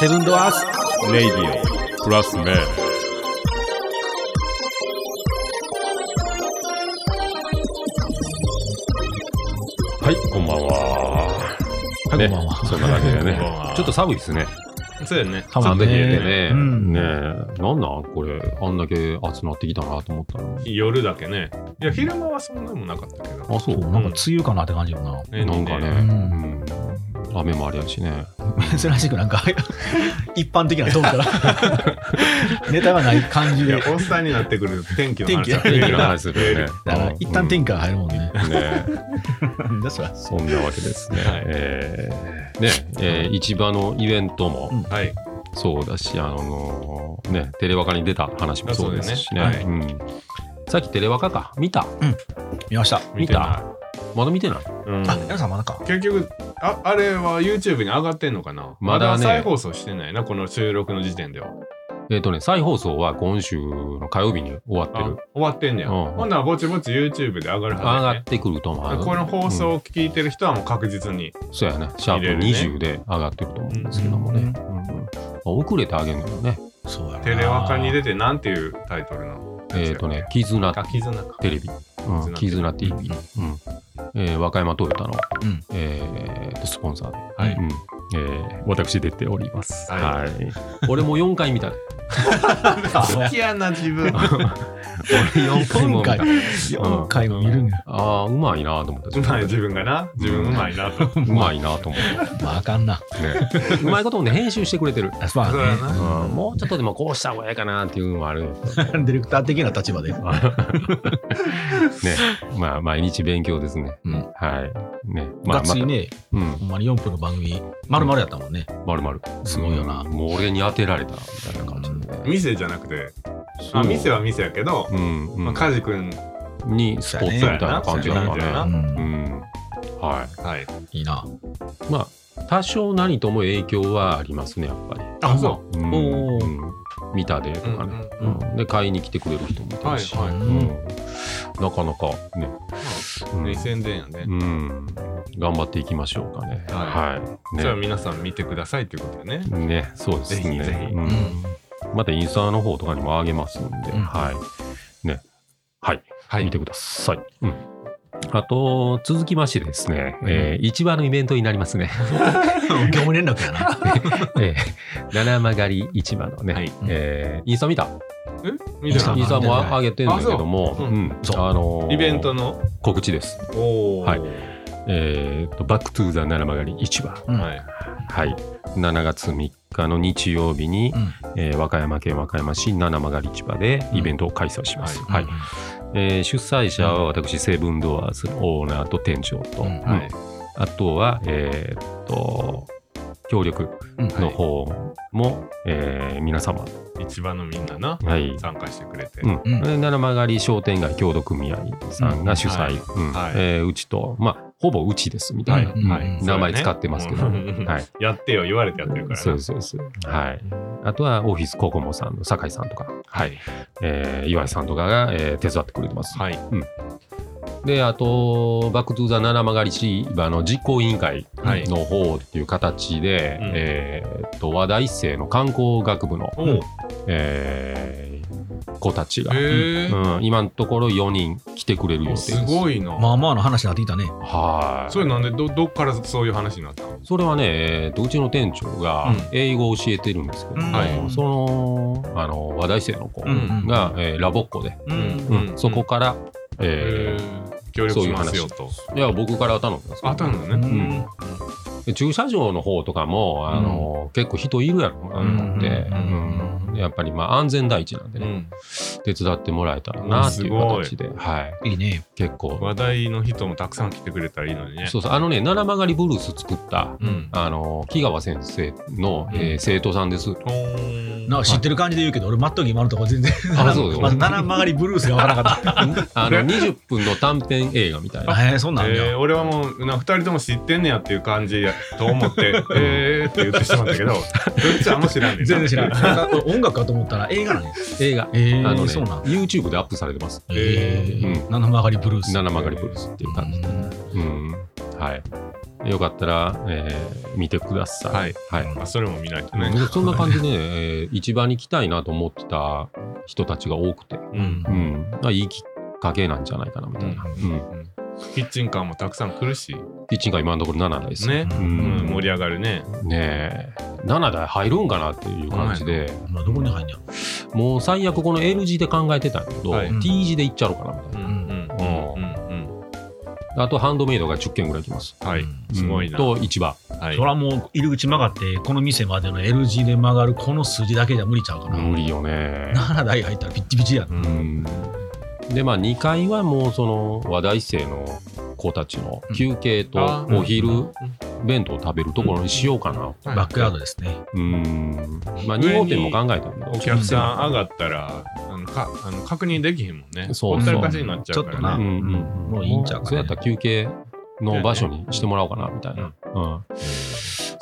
セブンドアースレイディオプラスメンはいこんばんははねい、こんばんは。そんな感じで ねこんばんはちょっと寒いですねそうやね。ハちょマっと冷えてね、うんねえなんなんこれあんだけ暑なってきたなと思ったのに夜だけね。いや、昼間はそんなもんなかったけど。あそうなんか梅雨かなって感じよな。ねなんかね、ううん雨もありやし ね珍しくなんか一般的なトークからネタがない感じいやで。、おっさんになってくる天気の話天気天気の話するよね だから一旦天下が入るもんね。気ねなんだそれ。そんなわけですね。はいえーねえー市場のイベントもうんはい。そうだし、あのーね、テレワカに出た話もそうですしね。あそうだようんさっきテレワカか。見た見ました。見たまだ見てないうんあ、皆さんまだか。結局あ、あれは YouTube に上がってんのかなまだね再放送してないな、この収録の時点では。えっ、とね、再放送は今週の火曜日に終わってあ終る。わってんねや。うんほんならぼちぼち YouTube で上がる上がはってくると思ずやね。う。この放送を聞いてる人はもう確実に。そうやね。シャー入れるプね20で上がってると思うんですけどもね。うんうんうん遅れてあげるのよね。そうやな。テレワカに出てなんていうタイトルのえっ、とね、絆あ、絆か。テレビ、うん、絆 TV、うんえー和歌山トヨタの、うんえーとスポンサーで、はいうんえー私出ております。ははい俺も4回見たね。好きやな、自 分。俺4回も今見た回。、今回も見るんや。ああ、うまいなと思った。うまい、自分がな。自分うまいなと。うまいなと思っまああかんな。た。ね、 うまいこともね、編集してくれてる。あそうやそうやなうんね。もうちょっとでもこうした方がいいかなっていうのもある。 ね、ディレクター的な立場で。はまあ、毎日勉強ですね。うんはい。ね、まがあ、っつりね、また、うんほんまに4分の番組、まるまるやったもんね。まるまる。すごいよなうんもう俺に当てられたみたいな感じでね。店じゃなくて、そあう店は店やけど、うん、うんまあ、カジ君、にスポットみたいな感じだかそうやらなね。ううんん。ははい。いいな。い。まあ、多少何とも影響はありますね、やっぱり。あそうんおーうん見たでとかね。うんうんうんで、買いに来てくれる人もいたし。はいはいうんなかなかね。ううんいい宣伝やね。うん頑張っていきましょうかね。ははい。それはね。皆さん見てくださいってことやね。ね、そうですね。ぜひぜひうんうんまたインスタの方とかにもあげますんで、うんはい。ね。はい。は見てください。うん。あと、続きましてですね、えー、市場のイベントになります ね。業務連絡やな。えー、七曲がり市場のね、はいえーインスタ見たえ見ていいかなイいンスタも上げてるんだけども、あそううんそうあのーイベントの。告知です。おお。はいえーと、バックトゥーザ七曲がり市場。うんはい。はい。7月3日の日曜日に、うんえー和歌山県和歌山市七曲がり市場でイベントを開催します。うんはい。えー主催者は私、セブンドアーズのオーナーと店長と、うんうんはい。あとは、えーっと、協力うんの方も、えー皆様、市場のみんなな、はい参加してくれて。うんうんで七曲り商店街協同組合さんが主催、うんはいえーうちと、まあ、ほぼうちですみたはいいな、うんはい名前使ってますけどそうやねうんはいやってよ、言われてやってるからな。そうですそうです、はい、あとはオフィスココモさんの酒井さんとか、はい。えー岩井さんとかが、えー手伝ってくれてます、はい。であと「バック・トゥ・ザ・七曲り市場」の実行委員会はいの方っていう形で、うんえーっと和田一世の観光学部の、おお。えー子たちが、へえ。うん、今のところ4人来てくれる予定おですすごいな。まあまあの話になってきたね。はいそれなんで、ど、どっからそういう話になったのそれはね、えーとうちの店長がうん英語を教えてるんですけども、はいそのあの話題生の子が、うんえーラボっ子で、ううんうんそこから、えー協力しますよと。ーいや僕から頼んだんですけどあったのね。んで駐車場の方とかもあの、結構人いるやろなと思って、うんうんうんやっぱりまあ安全第一なんでうね、ん。手伝ってもらえたらなっていう形で、はい、いいね。結構、話題の人もたくさん来てくれたらいいのにね。そうそうあのね七曲りブルース作ったうん。あの木川先生の、えーうん生徒さんです。ほーんなんか知ってる感じで言うけど、俺、マットギ今のとこ全然、あそうよまず七曲りブルースがわからなかっあの20分の短編映画みたいな。た。えー、そんなんあんねえー俺はもうな2人とも知ってんねやっていう感じやと思って、 えーって言ってしまったけど、どっちはあんま知らんねんな。全然知らい。ない音楽かと思ったら映画なんです映画。えあのね、そうなんだ YouTube でアップされてます。ええーー七曲がりブルース七曲がりブルースっていう感じで。うん。はい。よかったら、えー見てください。はい。はい。あそれも見ないとうね。んそんな感じで、 ね、えー市場に来たいなと思ってた人たちが多くて、うんう。ん、まあいいきっかけなんじゃないかなみたいな。うん。キッチンカーもたくさん来るし、キッチンが今のところ7台です。ね。ううんん盛り上がるね。ねえ。7台入るんかなっていう感じで、まあどこに入んやろもう最悪この L 字で考えてたんやけど、はい T 字で行っちゃおうかなみたいうんな。うんうんうんあとハンドメイドが10件ぐらい来ます。うん。はい。うんすごいな。と市場。はいそらもう入り口曲がってこの店までの L 字で曲がるこの数字だけじゃ無理ちゃうかな無理よね。 7台入ったらピッチピチやうなんでまあ2階はもうその話題生の子たちの休憩とあーお昼弁当を食べるところにしようかな。はいバックヤードですねうん。まあ2号店も考えたけど。お客さん上がったら、あのかあの確認できへんもんね。そほうそうったらかしになっちゃうかちょっらとね。なうんうんもういいんちゃうかねそうやったら休憩の場所にしてもらおうかなみたいな、うん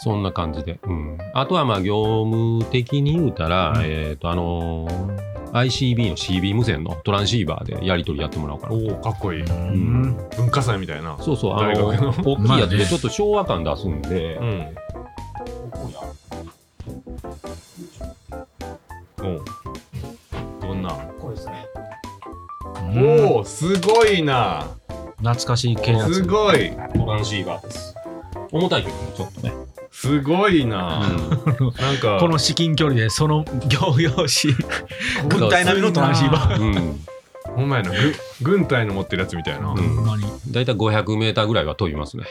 そんな感じで、うん、あとはまあ業務的に言うたら、うんえっ、とあのー ICB の CB 無線のトランシーバーでやり取りやってもらおうかなおお、かっこいい。うん文化祭みたいな。そうそうあの大学大きいやつまあねでちょっと昭和感出すんで、うん。おうどんな。うんおお、すごいな。懐かしい系のやすつごい。トランシーバーです重たいけどねちょっとね、すごいな。なんか。この至近距離でその行用紙軍隊並みのトランシーバーうんほんまやな。ぐ軍隊の持ってるやつみたいな。うすんほんまに大体 500m ぐらいは飛びますね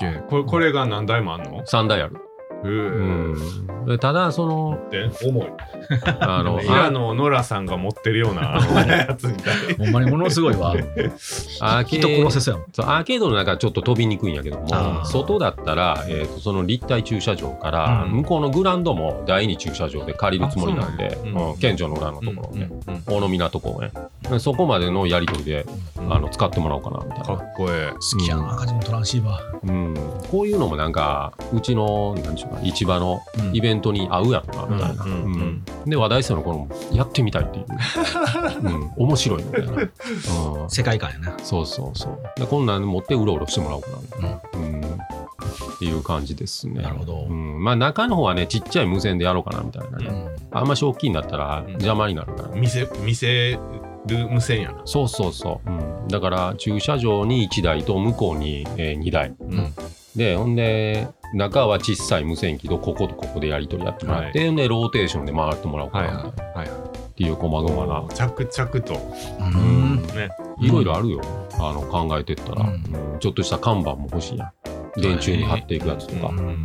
げえこれこれが何台もあんの3台ある、ううーんでただそので重 い。ああの、のイラのノラさんが持ってるようなあのやつみたい。ほんまにものすごいわアーケー人殺せそうやもんそうアーケードの中はちょっと飛びにくいんやけどもあー外だったら、えー、とその立体駐車場からうん向こうのグラウンドも第二駐車場で借りるつもりなんあでそうなんやうんうん県庁の裏のところね、うん大野港公園でそこまでのやり取りでうんあの使ってもらおうかなみたいかな、っこえ好きやな赤字のトランシーバうん、こういうのもなんかうちのなんでしょうか市場のーイベントに合うやろなえ。みたいな、ううんんうんで話題性の頃もやってみたいっていう、うん、面白いみたいな、うん、世界観やなそうそうそう。でこんなん持ってうろうろしてもらおうかな。うん。っていう感じですね。なるほどうん。まあ中の方はね、ちっちゃい無線でやろうかなみたいなね。あんまし大きいんだったらん邪魔になるから。見せ見せる無線やな。そうそうそう、うん。だから駐車場に1台と向こうに、えー2台。うんで、ほんで、中は小さい無線機とこことここでやり取りやってもらって、ほんでローテーションで回ってもらおうかなみたいなはいっていう細々な。着々とうんね。いろいろあるよ、あの考えてったら、うんうんちょっとした看板も欲しいやん電柱に貼っていくやつとか、ううんんうん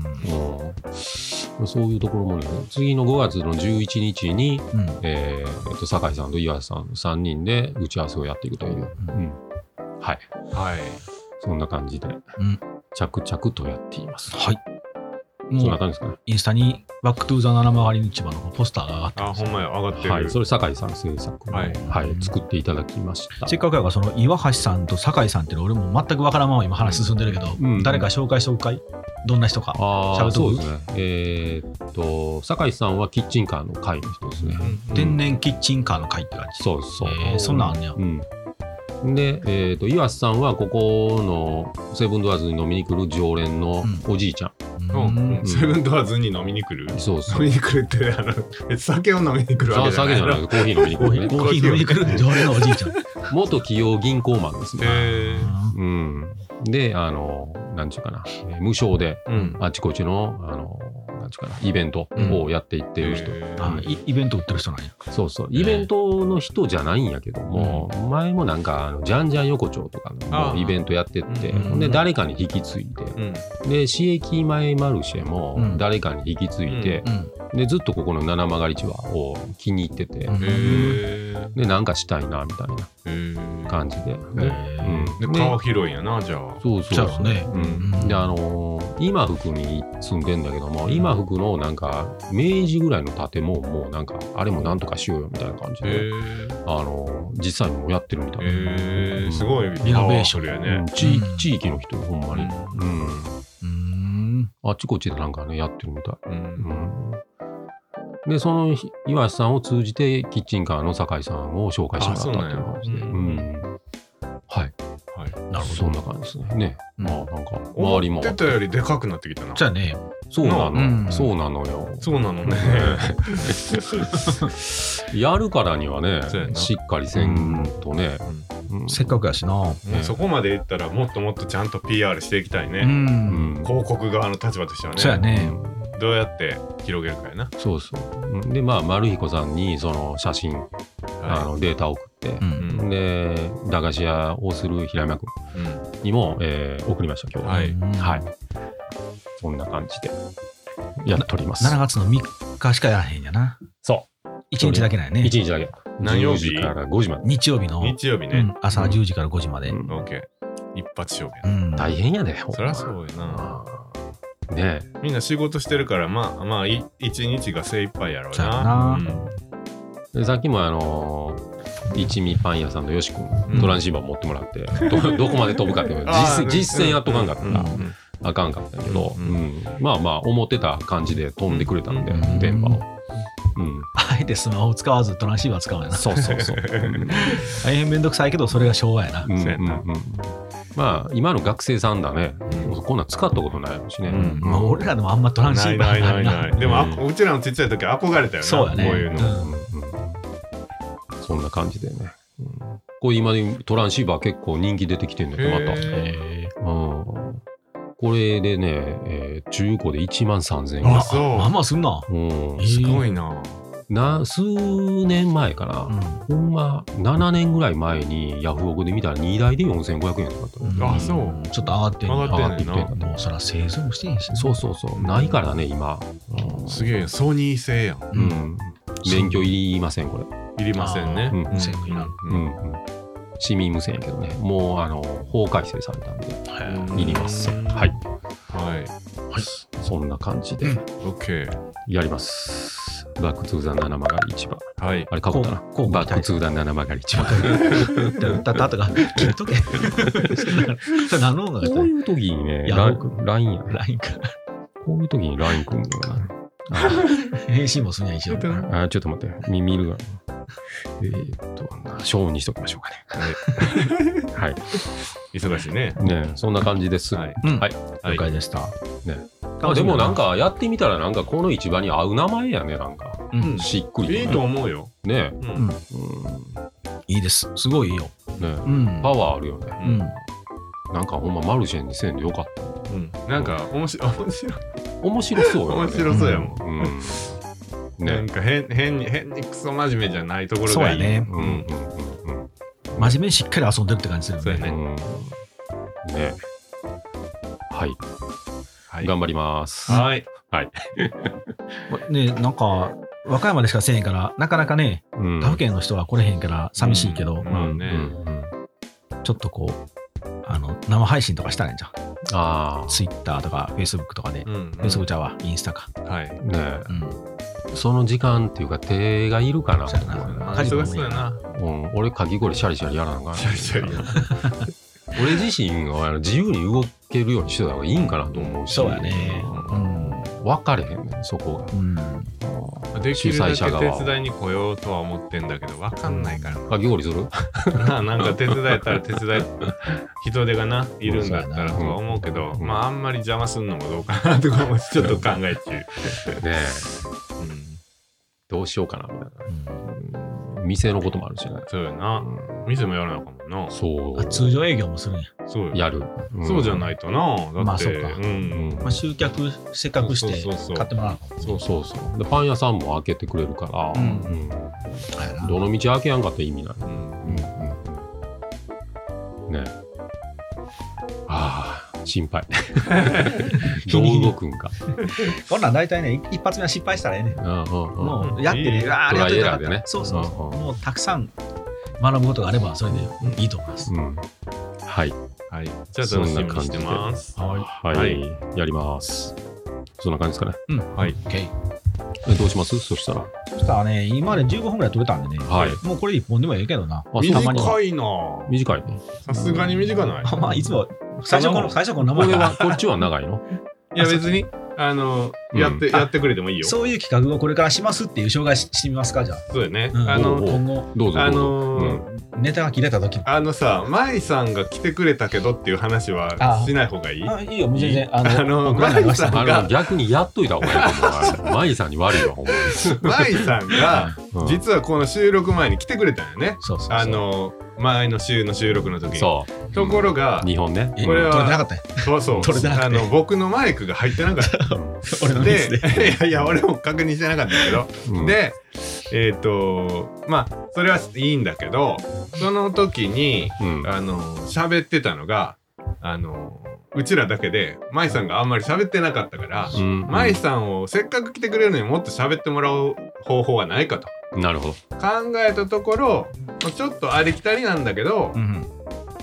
そういうところもね次の5月の11日に、うんえーえっと酒井さんと岩橋さん3人で打ち合わせをやっていくという、ううんはいはい。そんな感じで、ん着々とやっていますはいそんもなう感じですかインスタにバックトゥーザ七曲がり市場のポスターが上がってあ、ほんまや、上がってねる。はいそれ酒井さん制作の、ははいい作っていただきましたせっかくやからその岩橋さんと酒井さんっていうの俺も全くわからんまま今話進んでるけど、うん誰か紹介紹介どんな人かあシャあウトそ部うですねえーっと酒井さんはキッチンカーの会の人ですね、うん天然キッチンカーの会って感じそうそう。えーそんなんあんねやうん。で、えっ、と、岩瀬さんはここのセブンドアーズに飲みに来る常連のおじいちゃん。うんんセブンドアーズに飲みに来るそう 飲そう。みに来るって、あの、え酒を飲みに来るわあけじゃ酒ないじゃないコーヒー飲みに来るコね。ーヒー飲みに来る常連のおじいちゃん、元企業銀行マンですね。えうん。で、あの、なんちゅうかな、えー無償でーうん。あちこちの、あの、なんちゅうかな、イベントをやっていってる人。えーあイイベント売ってる人なんやそうそう。イベントの人じゃないんやけども、前もなんか、あのジャンジャン横丁とかあのーイベントやってって、うんほんで、誰かに引き継いで、うん。で、市駅前マルシェもうん誰かに引き継いで、んで、ずっとここの七曲り市場を気に入ってて、うんえーで、なんかしたいな、みたいなえー感じで。えでーで、で顔広いんやな、じゃあ。そうそうじゃそあう。ねうん、で、あのー今福に住んでんだけども、今福のなんか、明治ぐらいの建物も、なんか、あれもなんとかしようよみたいな感じで、えーあのー実際もうやってるみたいな。えうーんすごい。リノベーションやうねん。地うん地域の人、ほんまに。うん。うんあっちこっちでなんかね、やってるみたい。う。うんん。で、そのひ岩橋さんを通じて、キッチンカーの酒井さんを紹介してもらったっていう感じで。あそううなんんやはい。はい。なるそほんど。な感じですね。ね。うんまあ、なんか、周り思もっ。てたよりでかくなってきたな。じゃあね、そうなうんの。そうなのよ。そうなのね。やるからにはねそうや、なしっかりせんとね。うんせっかくやしな。うんそこまでいったらもっともっとちゃんと PR していきたいうね。ん。広告側の立場としてはね。そうやね。どうやって広げるかやな。そうそう。うんで、まあ、丸彦さんにその写真、はあのデータを送ってう、。い。うんん。で、駄菓子屋をする平山君うんにも、えー送りました、今日は。はいはい7。そんな感じでやっております。月の3日しかやらへんやな。そ1日だけなんやね。一日だけ。何曜日10時から5時まで。日曜日の日曜日うねん。朝10時から5時まで。うんオッケー。一発勝負やうな。ん大変やで、。そりゃそううやな。ねえみんな仕事してるから、まあまあ、い一日が精一杯やろうそうやな。でさっきもあのー一味パン屋さんのよし君うんトランシーバー持ってもらって、ど どこまで飛ぶかっていう のあー実実践やっとかんかったうんらうんうんあかんかったけど、ううんんまあまあ思ってた感じで飛んでくれたんで、うん電波を、うんあえてスマホ使わずトランシーバー使うんやな。そうそう そう、うん大変めんどくさいけど、それが昭和やなう。んそうやなうんうんまあ今の学生さんだね、うんこんなん使ったことないもしね、うんまあ俺らでもあんまトランシないーバなーいないない。でも、あううちらのちっちゃい時憧れたよな。そうやねこういうの。うんうんそんな感じでね、うんこれ今でトランシーバー結構人気出てきてんだけどまた。へえうんこれでね、えー中古で1万3000ー、あ円あら、そうまあまあすんな。うんえーすごいな。な数年前かな、ほんま7年ぐらい前にヤフオクで見たら2台で4500円とかだった、うんあそうちょっと上がってん上ながってんねん上がってきな。もうそら製造もしてへんしな。そうそうそうないからね今、うんすげえ、ソニー製やん。う。ん、免許いりませんこれ、いりませんね。あーうんセーフになるうんうん市民無線やけどねもうあの法改正されたんでへーいりませんうんはいはい。そんな感じでうんオッケー。やります、バック・トゥ・ザ・七曲り市場はい。あれかぶったなこうこうバック・トゥ・ザ・七曲り市場だったとか、切っとけ。 それ何の音楽やったこんうやいう時にね、ヤラインフオラインやね。ラインか。こういう時に LINE 来るんだよ返信もすんや、一応。はな。あ、ちょっと待って、み見るわ。えーっと、なショーにしときましょうかね。はい。忙しいね。ねえそんな感じです。はいうんはい。は了い。解でした。ねあ楽しみだなでもなん、か、やってみたら、なんか、この市場に合う名前やね、なんか。うんしっくりいいと思うよ。ねえうんんいいです。すごいいいよ。うん。ねえうんパワーあるよね。うん。なんか、ほんま、マルシェにせんでよかった。うんなんか、面白 面白い。面白そうよね。面白そうやもん。うん。なんねか変変に変にクソ真面目じゃないところそうがやいい。ね。うんうんうんうん。真面目にしっかり遊んでるって感じするそうよやね。ねうんね。はい、はい。頑張ります。はい。ねなんか、和歌山でしかせえへんから、なかなかね、うん他府県の人は来れへんから寂しいけどうん、まあねうんうんちょっとこう、あの、生配信とかしたらいいんじゃん。あ Twitter とか Facebook とかでう。んうん Facebook ちゃうわ、インスタか。はい。あ、ねうん。えその時間っていうか手がいるかな。そうやなあ家事も忙多いしそうやな。うん、俺かき氷シャリシャリやらなあかんシャリシャリや 俺自身があの自由に動けるようにしてた方がいいんかなと思うし。そうやね。うん。分かれへんねんそこうん。が。できる主だ催け者側手伝いに来ようとは思ってんだけど、わかんないからかき氷する？ な。ななんか手伝えたら手伝い、人手がな、いるんだったらとは思うけど、うんまああんまり邪魔すんのもどうかなとかもちょっと考え中。ねえ、うん、どうしようかなみたいな。うん店のこともあるしね。そうやうな。ん店もやらなあかんもんな。そあ通常営業もするんや。そうよやる。んそうじゃないとな。だって、まあそうかんまあ、集客、せっかくしそうそうそてう買ってもらうそうそうそう。で、パン屋さんも開けてくれるから、うんうんあやなどの道開けやんかって意味ない。うんねああ、心配。日どに日うに動くんか。こんなん大体ね、一発目は失敗したらええねん。うんうんうんもうやっていいね、ああ、あトれラやっイといエたかラっーたでね。そうそうそう。うんうんもうたくさん学ぶことがあれば、それでいいと思います。うんはい。はい。じゃあ楽しみにしてます。はい。はやります。そんな感じですかね。はい。 OK。えどうしますそしたら。そしたらね、今まで15分ぐらい取れたんでね、はいもうこれ1本でもええけどな。あたまには短いな。短いね。さすがに短ない。まあ、いつも最初この、最初この名こ れ前が。は、こっちは長いのいや別にあのうんやって、あやってくれてもいいよ。そうそういう企画をこれからしますっていう紹介ししてみますか、じゃあ。だよね。うんあおうおのう今後、どうぞどうぞ。あのーうんネタが切れた時あのさ、舞さんが来てくれたけどっていう話はあしない方がいい。あ、いいよ、無全然。ああの僕らにありましマたリ。あの逆にやっといた方がいいと思う。マイさんに悪いわ、ほんま舞さん がに。実はこの収録前に来てくれたんよね。そうそうそう。あ、の前の週の収録のうん時に。そう。ところが、日本ね。えこれは取れてなかったよそうそう取れてなくてあの僕のマイクが入ってなかった。俺のミで スで。 いやいや俺も確認してなかったけど、うん、でえっ、とまあそれはいいんだけどその時にうん、あの喋ってたのがあのうちらだけで舞さんがあんまり喋ってなかったからう、ん舞さんをせっかく来てくれるのにもっと喋ってもらう方法はないかとなるほど。考えたところちょっとありきたりなんだけどうん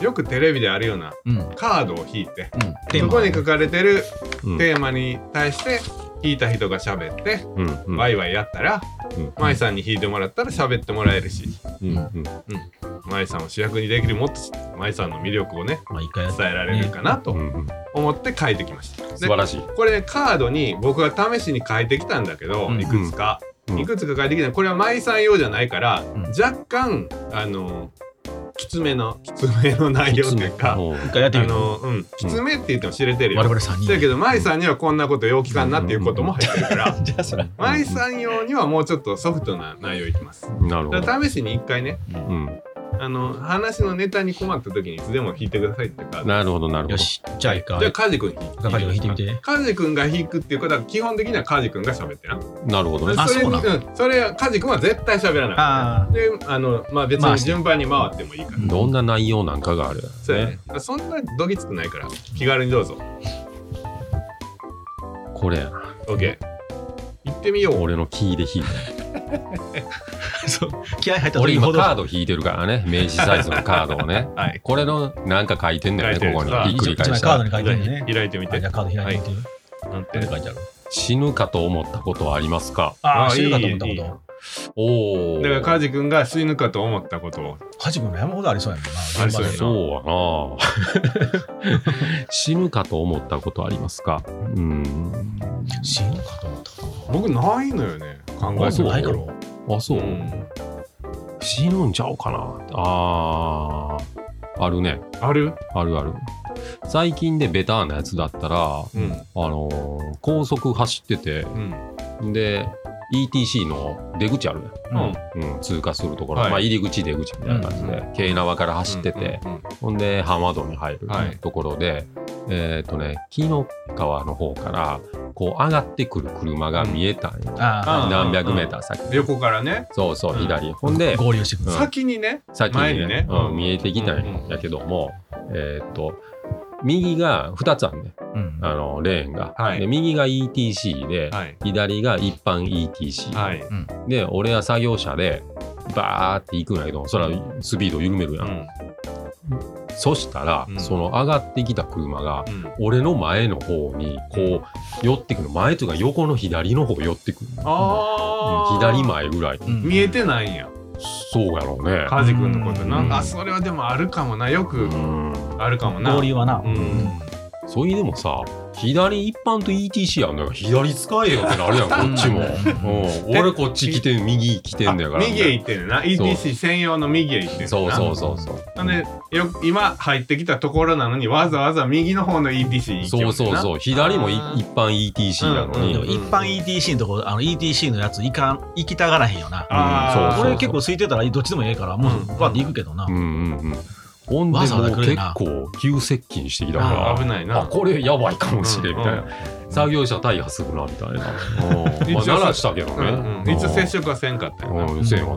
よくテレビであるようなうん。うん。カードを引いてテーそマこに書かれてるうんテーマに対して引いた人が喋ってうんうんワイワイやったら、うんマイさんに弾いてもらったら喋ってもらえるし、うんうんマイさんを主役にできる、もっとマイさんの魅力をね、まあ、一回やっ伝えられるかなうとんうん思って書いてきました。素晴でらしい。これね、カードに僕が試しに書いてきたんだけど、うんいくつか、うんいくつか書いてきたこれはマイさん用じゃないから、ん若干、あの、きつめの、きつめの内容っていうか、うん一回やってあみる。の、うん、きつめって言っても知れてるよ。我々3人だで。けど、マイさんにはこんなこと陽気かなっていうことも入ってるから、じゃあ、それ。マイさん用にはもうちょっとソフトな内容いきます。なるほだど。から試しに一回ねうん、あの話のネタに困った時にいつでも弾いてくださいっていうかじゃなるほど、なるほよど。し、じゃあ一あ回。カジ君弾いて係を弾いてみて。カジ君が弾くっていうことは基本的にはカジ君が喋ってななるほどね。あれそうなうんそれはカジ君は絶対喋らないああ。であのまあ別まあに順番に回ってもいいから、うんどんな内容なんかがある。そうやねそんなどぎつくないから気軽にどうぞこれやな OK 行ってみよう俺のキーで弾いそう。気合 入ったた俺時今ほど。カード弾いてるからね明治サイズのカードをねはいこれのなんか書いてんだよ書いてねるここにさあひっくり返し一枚カーたドに書いてるね。開いてみあてじゃあカード開いてみて。なんて何書いてある死ぬかと思ったことはありますかああ、あ知るかといい思ったいいこおおだからカジ君が死ぬかと思ったことをと。カジ君の山ほどありそうやもんな。ありそうやな現場でそうやな死ぬかと思ったことありますかうん死ぬかと思ったこ僕ないのよね考と。えあてそうもないから。あそう、うん死ぬんちゃうかなあーあるねあるあるある最近でベターなやつだったらうんあのー高速走っててうんで ETC の出口あるね、うんうん、通過するところ、はいまあ、入り口出口みたいな感じで、う京奈和から走ってて、うんうんうんほんで浜戸に入るはいところで、えっ、とね紀の川の方からこう上がってくる車が見えたんよ、あうん何百メーター先、横からね、そうそううん左、ほんあ。で合流してくうんる。先にね先前ににねねうんうん見えてきたうんうんんやけども、えっ、と右が2つあるねうんあのレーンが、はいで右が ETC で、はい左が一般 ETC、はい、で俺は作業車でバーって行くんだけどそれはスピードを緩めるや、うんんそしたら、うんその上がってきた車がうん、俺の前の方にこう寄ってくる前というか横の左の方寄ってくるあー左前ぐらいうん見えてないんやそうやろうねカジ君のことな、うんあそれはでもあるかもなようくんあるかもな合流はなう。んそれでもさ左一般と ETC あんだから左使えよってなるやん こっちもうんうん俺こっち来て右来てんだあから右へ行ってるな ETC 専用の右へ行ってるなそうそうそうそうなんでよ今入ってきたところなのにわざわざ右の方の ETC 行きそうそうそう左もいあー一般 ETC なのうんに、でも一般 ETC のとこ、あの ETC のやつ、いかん、行きたがらへんよな。あうんあそう俺結構空いてたらどっちでもええから、もううんバッて行くけどなう。んうんうん。ほんでわざもわうざ来結るな構急接近してきたから、危ないあなこれやばいかもしれんみたいうんな。作業者大破するなみたいな。一応まあ、鳴らしたけどうねん。うんうん一応接。触はせんかったよなうん、せやわ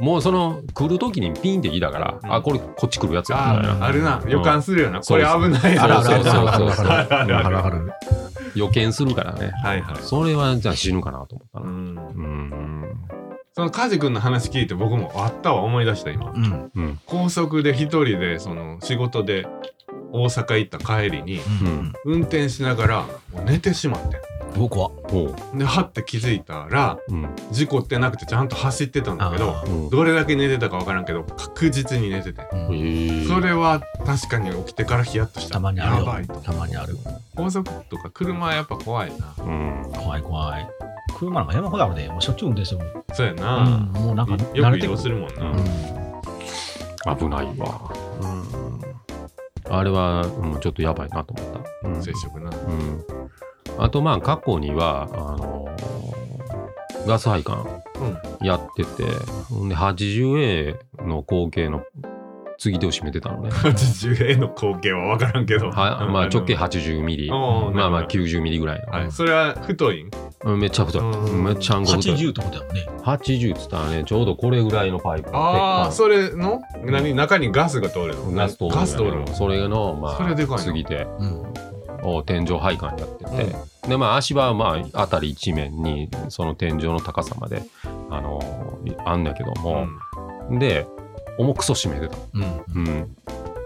もうその来る時にピンって来たから、うんあこれこっち来るやつやみたいあなーあるな予感するよな、これ危ないあなるあるあるあるあるあるあるわかる。予見するからねはいはいそれはじゃあ死ぬかなと思ったうな。んうんそのカジ君の話聞いて僕もあったわ思い出した今うん。うん。うん高速で一人でその仕事で大阪行った帰りにうん運転しながらもう寝てしまって僕は。おうではって気づいたらうん事故ってなくてちゃんと走ってたんだけどあうんどれだけ寝てたかわからんけど確実に寝ててーうんへえそれは確かに起きてからヒヤッとしたたまにあやるばいよ。たまにある。高速とか車はやっぱ怖いなうん怖い怖い。車なんか山ほどあるで、もうしょっちゅう運転しても、そうやうな、んもうなんかよ慣くれ移てく動る。するもんな、うん危ないわうんあれはうんちょっとやばいなと思ったうん接触な うんあとまあ過去にはあのーガス配管やってて、ほんで 80A の後継の継ぎ手を締めてた のね 80A の光景は分からんけど、はまあ直径80ミリおーまあまなるあ90ミリぐらいの、はい、それは太いんうんめっちゃ太いうんめっちゃ暗黒太い80とかだよね。 80っつったらねちょうどこれぐらいのパイプああ鉄それの何中にガスが通るの板ガス通るんやガけスど通るのそれのまそれでかいあな過ぎてうん。を天井配管やってて、でまあ足場はまあ辺り一面にその天井の高さまであのーあんだけどうも、んで重くそ締めてた、うん。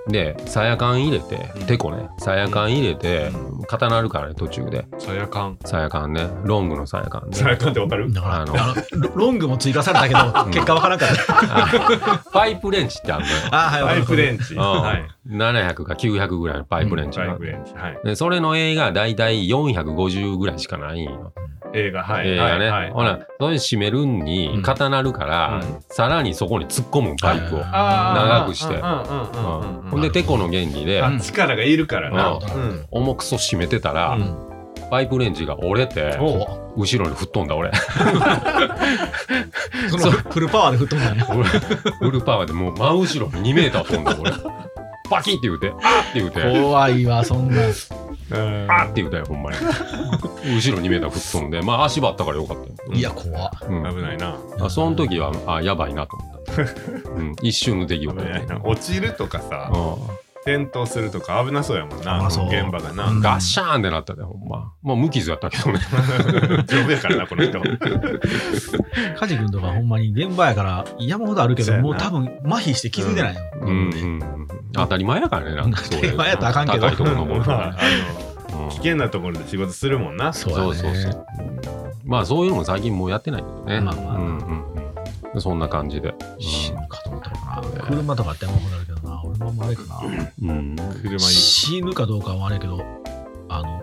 うん、でさやかん入れて、うんてこねさやかん入れて、う固なるからね途中でさやかんさやかんねロングのさやかんねさやかんって分かるだから、ああののロロングも追加されたけど、うん結果わからんかった。あパイプレンチってあんのよあー、パイプで。レンチう んはい700か900ぐらいのパイプレンチパが、イプレンチはいでそれの映画だいたい450ぐらいしかないんよ映画はい映画ね、はいほはいらそれ締めるんうんに固なるから、うんさらにそこに突っ込むパイプを、ああー長くしてうんうんうんうんうんうんほんでてこの原理で、あうん力がいるからなうんうん重くそ締めてたら、うんパイプレンチが折れてお後ろに吹っ飛んだ俺 そのフルパワーで吹っ飛んだね。フルパワーでもう真後ろに2メーター飛んだ俺 バキッて言うてあっって言うて 怖いわ、そんな。うんあっって言うたよほんまに 後ろ2メーター吹っ飛んでまあ足ばったからよかったよ、いや、怖うん危ないなあその時はあやばいなと思った、 うん、一瞬の出来危事やないねな落ちるとかさ転倒するとか危なそうやもんな危なそう現場がなううんんガッシャーンってなったでほんまもう無傷やったけどね 丈夫やからなこ の人カジ君とかほんまに現場やから山ほどあるけそうやなどもう多分麻痺して気づいてないよ、うんうんうん当たり前やからねなんかそういう当たり前やったらあかんけど高いとこ登るとま かあねあうんの危険なところで仕事するもんなそそううそそううそ。そうまあそういうのも最近もうやってないけどね。まあまあうんうんうん、そんな感じで。死ぬかと思ったもんな車とかって山ほどあるけどな俺もあんまあれかなうん、車死ぬかどうかはあれやけどあの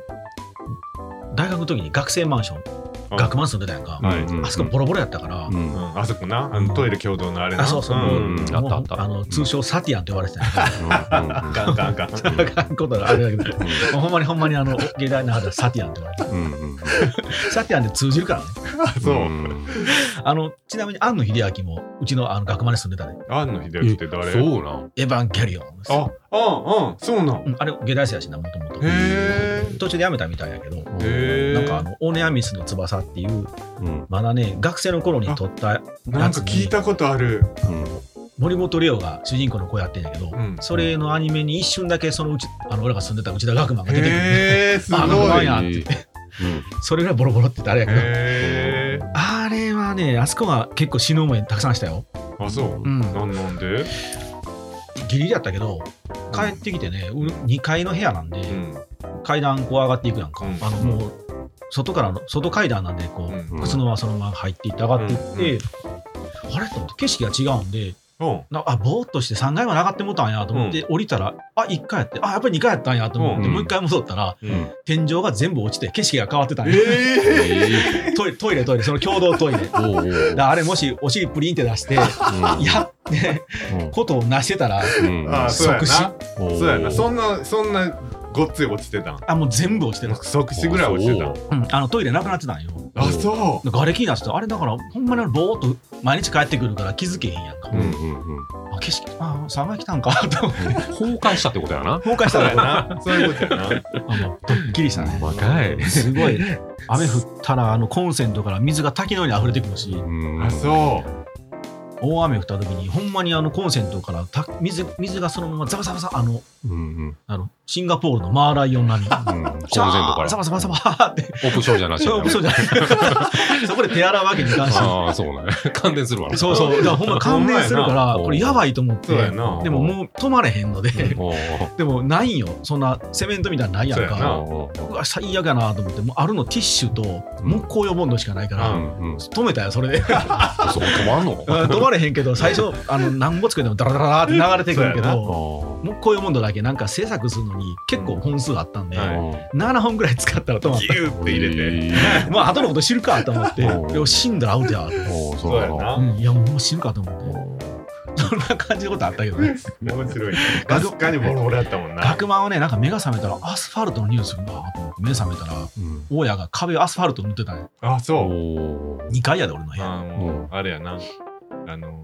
大学の時に学生マンションあ学マン住んでたやんか、はいあそこボロボロやったから、ううんんあそこなあのトイレ共同のあれなあそうそう、もんうあったもうあったあの通称サティアンって呼ばれてたやんかあかんあかんあかん あかんことはあれだけど、もうほんまにほんまにあの芸大の肌サティアンって言われてうんうんうんサティアンで通じるからねあそううんあのちなみに庵野秀明もうちのあの学まで住んでたで、庵野秀明って誰そうなん。エヴァンゲリオンですあうんうんそうなんうんあれ下大生やしなもともとへえ途中で辞めたみたいやけどへえなんかあのオネアミスの翼っていううんまだね学生の頃に撮ったなんか聞いたことあるうん森本レオが主人公の子やってんやけど、んそれのアニメに一瞬だけそのうちあの俺が住んでた内田学馬が出てくるんでへえすごいあのへやってそれぐらいボロボロって言ってあれやけどえあれはねあそこが結構死ぬ思いたくさんしたよ、あそううん、なんなんでギリギリやったけど帰ってきてね2階の部屋なんで、うん階段こう上がっていくやんか、うんあのもう外からの外階段なんでこう、うん靴のままそのまま入っていって上がっていって、あれと思って景色が違うんでうんなあぼーっとして3階まで上がってもうたんやと思って、降りたらあ1階やってあやっぱり2階やったんやと思って、うんもう1回戻ったらうん天井が全部落ちて景色が変わってたんや、えええトイレトイレトイレその共同トイレだかーおうおうらあれもしお尻プリンって出してうんやってことを成してたらうんあそうやな即死おうそうやなそんなそんなごっつい落ちてたんあもう全部落ちてた、即死ぐらい落ちてたんうんあのトイレなくなってたんよおうあそう瓦礫になってたあれだからほんまにぼーっと毎日帰ってくるから気づけへんやんか、うんうんうんあ景色ああ3階来た んかと思って崩壊したってことやな。崩壊しそうたやらなそういうことやな あもうドッキリしたね若い。すごい雨降ったらあのコンセントから水が滝のように溢れてくるしうんあそ大雨降った時にほんまにあのコンセントからた水水がそのままザバザバザあのうんうんあのシンガポールのマーライオン並み。うん、 コンセントシャかーサら。バサバサバーって。オプションじゃなしやそうな。 そうじゃない。そこで手洗うわけにいかんし。ああ、そうね。感電するわな。そうそう。だからほんま感電するかほんまやら、なこれやばいと思っそうやて。なでももう止まれへんので、おー でもないんよ。そんなセメントみたいなのないやんそうやなか。おー。うわ、最悪やなと思って、もうあるのティッシュと木工用ボンドしかないかうら、んうん。止めたよ、それそで。 う、止まんのうん止まれへんけど、最初、あの、何ぼつけてもダラダラーって流れてくるけそうやど、もうこういうもんだだけなんか制作するのに結構本数あったんで、うんはいっ7本ぐらい使ったら止まっギューって入れて。て。た。まあ、後のこと知るかと思って、うんでも死んだらアウトやと思って。おーそそううややな。うな。ん、いや、もう死ぬかと思って。そんな感じのことあったけどね。面白い。確かにボロボロやったもんな。学マはね、なんか目が覚めたらアスファルトのニュースがなと思って目覚めたら、うん大家が壁アスファルト塗ってたね。あ、そう。おー2階やで、俺の部あ屋。ーもう、あれやな。あの、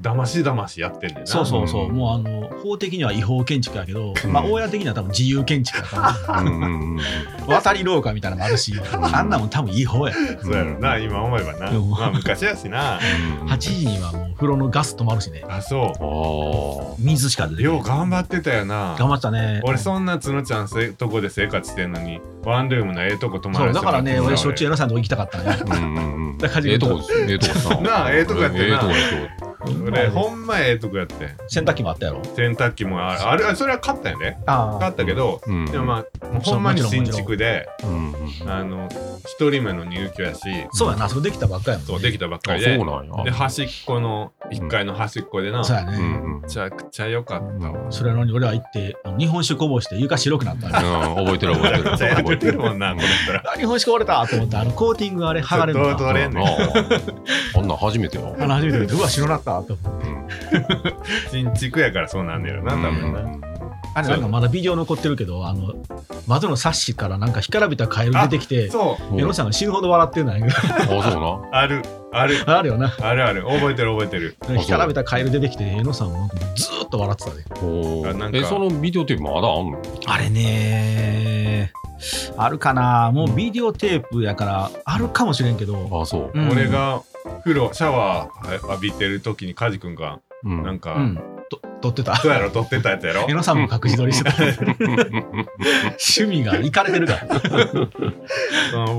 だましだましやってんねんな。そうそうそう、うんもうあの法的には違法建築やけど、うんまあ、大家的には多分自由建築やから、うんうんうん渡り廊下みたいなのもあるし、あんなもん多分違法や。そうやろな、今思えばな。うんまあ昔やしな。うん8時にはもう風呂のガス止まるしね、あ、そあー水しか出う。てこなよい。う頑張ってたよな。頑張ったね。俺そんなつのちゃんせとこで生活してんのにワンルームのええとこ泊まらせそてう、だもかららね、俺しょっちゅうう偉さんとこ行きたかったね。うんうんうんだからええとこですええとこですな。なあええとこやってなええとこええとこ俺ほんまええとこやってん洗濯機もあったやろ。洗濯機もあるあれあそれは買ったよねあ買ったけどうんでもまあもうほんまに新築でうんうんあの一人目の入居やしそうやな、それできたばっかやもん、ね。そうできたばっかありそうでなんでや。端っこの1階の端っこでなそうめやね。うんうんちゃくちゃ良かったわそれなのに俺は行って、あの日本酒こぼして床白くなった ね。うん覚えて る覚えてる。めっちゃやってるもんなうこれったらあ日本酒こぼれたと思って、あのコーティングあれ剥がれるちょっとの。取れんねんあんなん初めてよ。あの初めて見て、うわ、白なったと思って。うん新築やからそうなんだよな多分なあれなんかまだビデオ残ってるけど、あの、窓のサッシからなんか干からびたカエル出てきて、そううんエロさんが死ぬほど笑ってるのよあ、そうあるあるあるよな。あるある覚えてる覚えてるう干からびたカエル出てきて、江野さんもずーっと笑ってたね。な。おあなんーかえ、そのビデオテープまだあんのあれねーあるかなもうビデオテープやから、あるかもしれんけど、あ、そう。うん俺、が風呂シャワー浴びてる時にカジ君がうんなんか、うん、と撮ってた。そうやろ撮ってたやつやろ江野さんも隠し撮りして た。趣味がいかれてるから。うん覚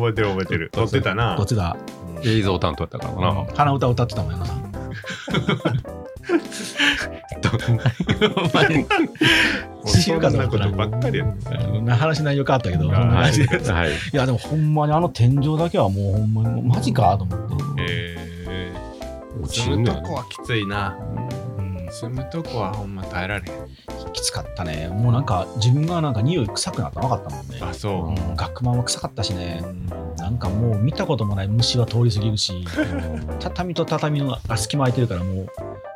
えてる覚えてる撮ってたな撮ってた。映像担当やったからな。鼻歌歌ってたもん、江野さん。 お前死そぬんかとな思こったとなばっかりやんうん話内容変わったけど、そんなは感いじではい。いや、でもほんまにあの天井だけはもうほんまに、マジかと思って。えー、落ち住んむねとこはきついなうん住むとこはほんま耐えられへんきつかったねもうなんか自分がなんか匂い臭くなったなかったもんねあそう、うん学マンは臭かったしねなんかもう見たこともない虫は通り過ぎるし畳と畳の隙間空いてるからも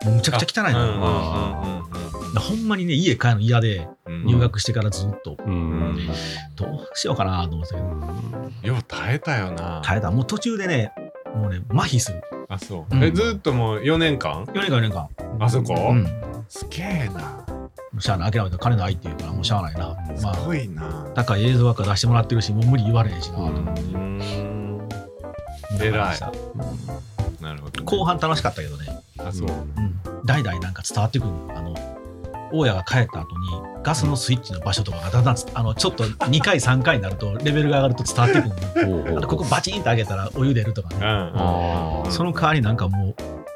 うむちゃくちゃ汚いうんのうよ、んうんほんまにね家帰るの嫌でうんうん入学してからずっと、うんうん。どうしようかなと思ってたけどよう耐えたよな耐えたもう途中でねもうね麻痺するあそう、うんえずっともう4年間4年間4年間あそこ、うんすげえなしゃあない諦めた金ないっていうからもうしゃあないな、すまあごいな、高い映像ばっか出してもらってるしもう無理言われへんしな、ううんーん偉いなるほどね、後半楽しかったけどねあそう、うん代々なんか伝わってくるのあの大家が帰った後にガスのスイッチの場所とかがだんだんつあのちょっと2回3回になるとレベルが上がると伝わってくるほのうほあうとここバチンと上げたらお湯出るとかうんねあーその代わりなんかもう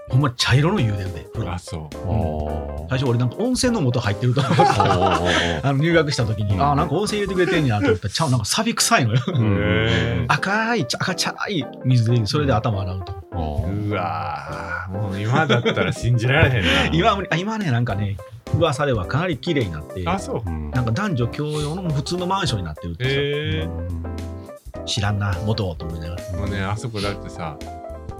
ほんま茶色の湯出るで風あ呂そうあー最初俺なんか温泉の元入ってると思っておたーおーあの入学した時に、うんああなんか温泉入れてくれてんやと思ったらちゃうなんかサビ臭いのよおーうんへー赤い赤茶い水でそれで頭洗うとあーうわーもう今だったら信じられへんな 今は無理あ今はねなんかね噂ではかなり綺麗になってあそううんなんか男女共用の普通のマンションになってるってさへえ知らんな元をと思いながらもうねあそこだってさ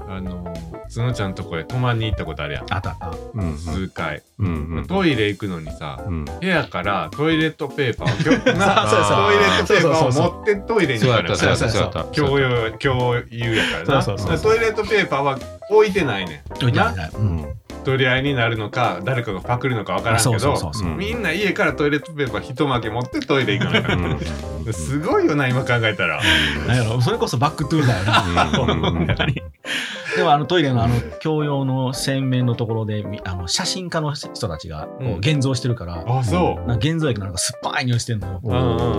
あのつのちゃんとこへ泊まりに行ったことあるやんあったあったうん数回、うんうんトイレ行くのにさうん部屋からトイレットペーパーを共なそうそうトイレットペーパーを持ってトイレにそう行やかなったいそうやったそそううややっっ共たた有共有やからなそうそうそうトイレットペーパーは置いてないね置いてないない、う、うんんん取り合いになるのか誰かがパクるのかわからんけそどうそうそうそう、うんみんな家からトイレットペーパー一巻き持ってトイレ行かなういんからすごいよな今考えたら なんやろそれこそバックトゥーだよなうんうんうんほんまにでもあのトイレのあの共用の洗面のところでみあの写真家の人たちがこううん現像してるから、あ、そなんか現像液のなんか酸っぱい匂いしてんのよう。うんうんうんう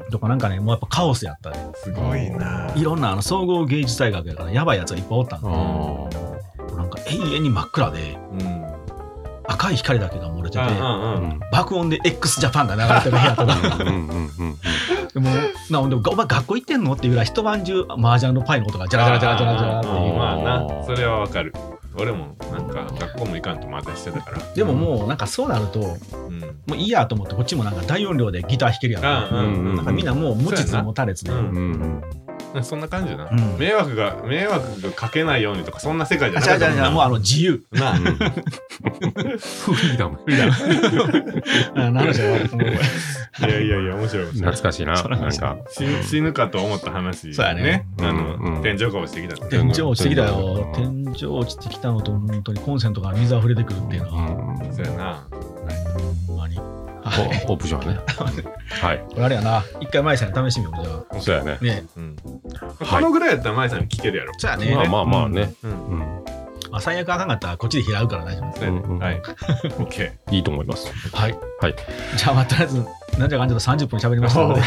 ん。とかなんかねもうやっぱカオスやったねすごいないろんなあの総合芸術大学やからやばいやつがいっぱいおったんであなんか永遠に真っ暗でうん。うん赤い光だけが漏れててあ。ううんん。爆音で x ジャパンが流れてる部屋と かうんうんうんでもうなほんでお前学校行ってんのっていうぐらい一晩中麻雀のパイのことがジャラジャラジャラジャラジャラってあーいうまあな、それはわかる。俺もなんか学校も行かんとまたしてたから。でももうなんかそうなるともうん。ういいやと思ってこっちもなんか大音量でギター弾けるやんあかうんうんなんかみんなもう持ちつ持たれつで、そうやなうんうんうん。そんな感じだな。うん迷惑が、迷惑がかけないようにとか、そんな世界じゃあなじゃかあっじゃたもんあじゃあもうあの自由なあ。うんフリーダム。あなるじゃ んもういやいやいや、面白い面白い 懐。かしいな。それなんか。死ぬ死ぬかと思った話、そうやねあうんうの、ん天井が落ちてきたのね。天井落ちてきたよう天井落ちてきたのと本当にコンセントから水溢れてくるっていうのうはんそうやな。ほんまにはいおオプションね。はい。これあれやな一回前さんに試してみようじゃあそうやね。ねうん。はこいのぐらいやったら前さん聞けるやろ。じゃあねまあまあまあね。うん。うん。まあ最悪あかんかったらこっちで拾うから大丈夫ですそうやねうんうんはい。OK。いいと思います。はいはい。じゃあまあとりあえずなんじゃかんじゃと30分 喋りましたので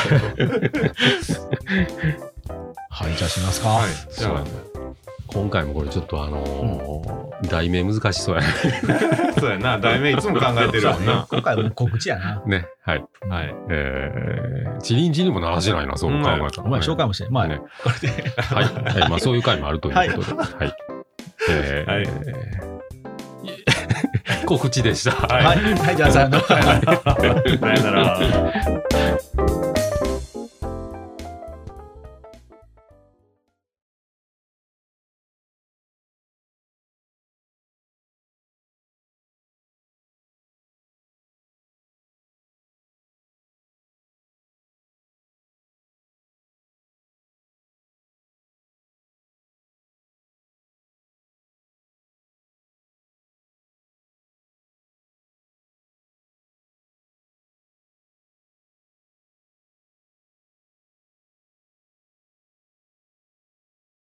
はい じゃあしますか、はい。じそうゃやあね、。今回もこれちょっとあのー、題名難しそうやね。そうやな。題名いつも考えてるもんな。今回はもう告知やなね。はい。はい。えー、チリンチにもならしてないな、そう考えたらねお前紹介もしてまあ、ねこれではい。えーまあ、そういう回もあるということで。はい。えーはい 告知でした。は はい、はい、じゃあさよならさよなら。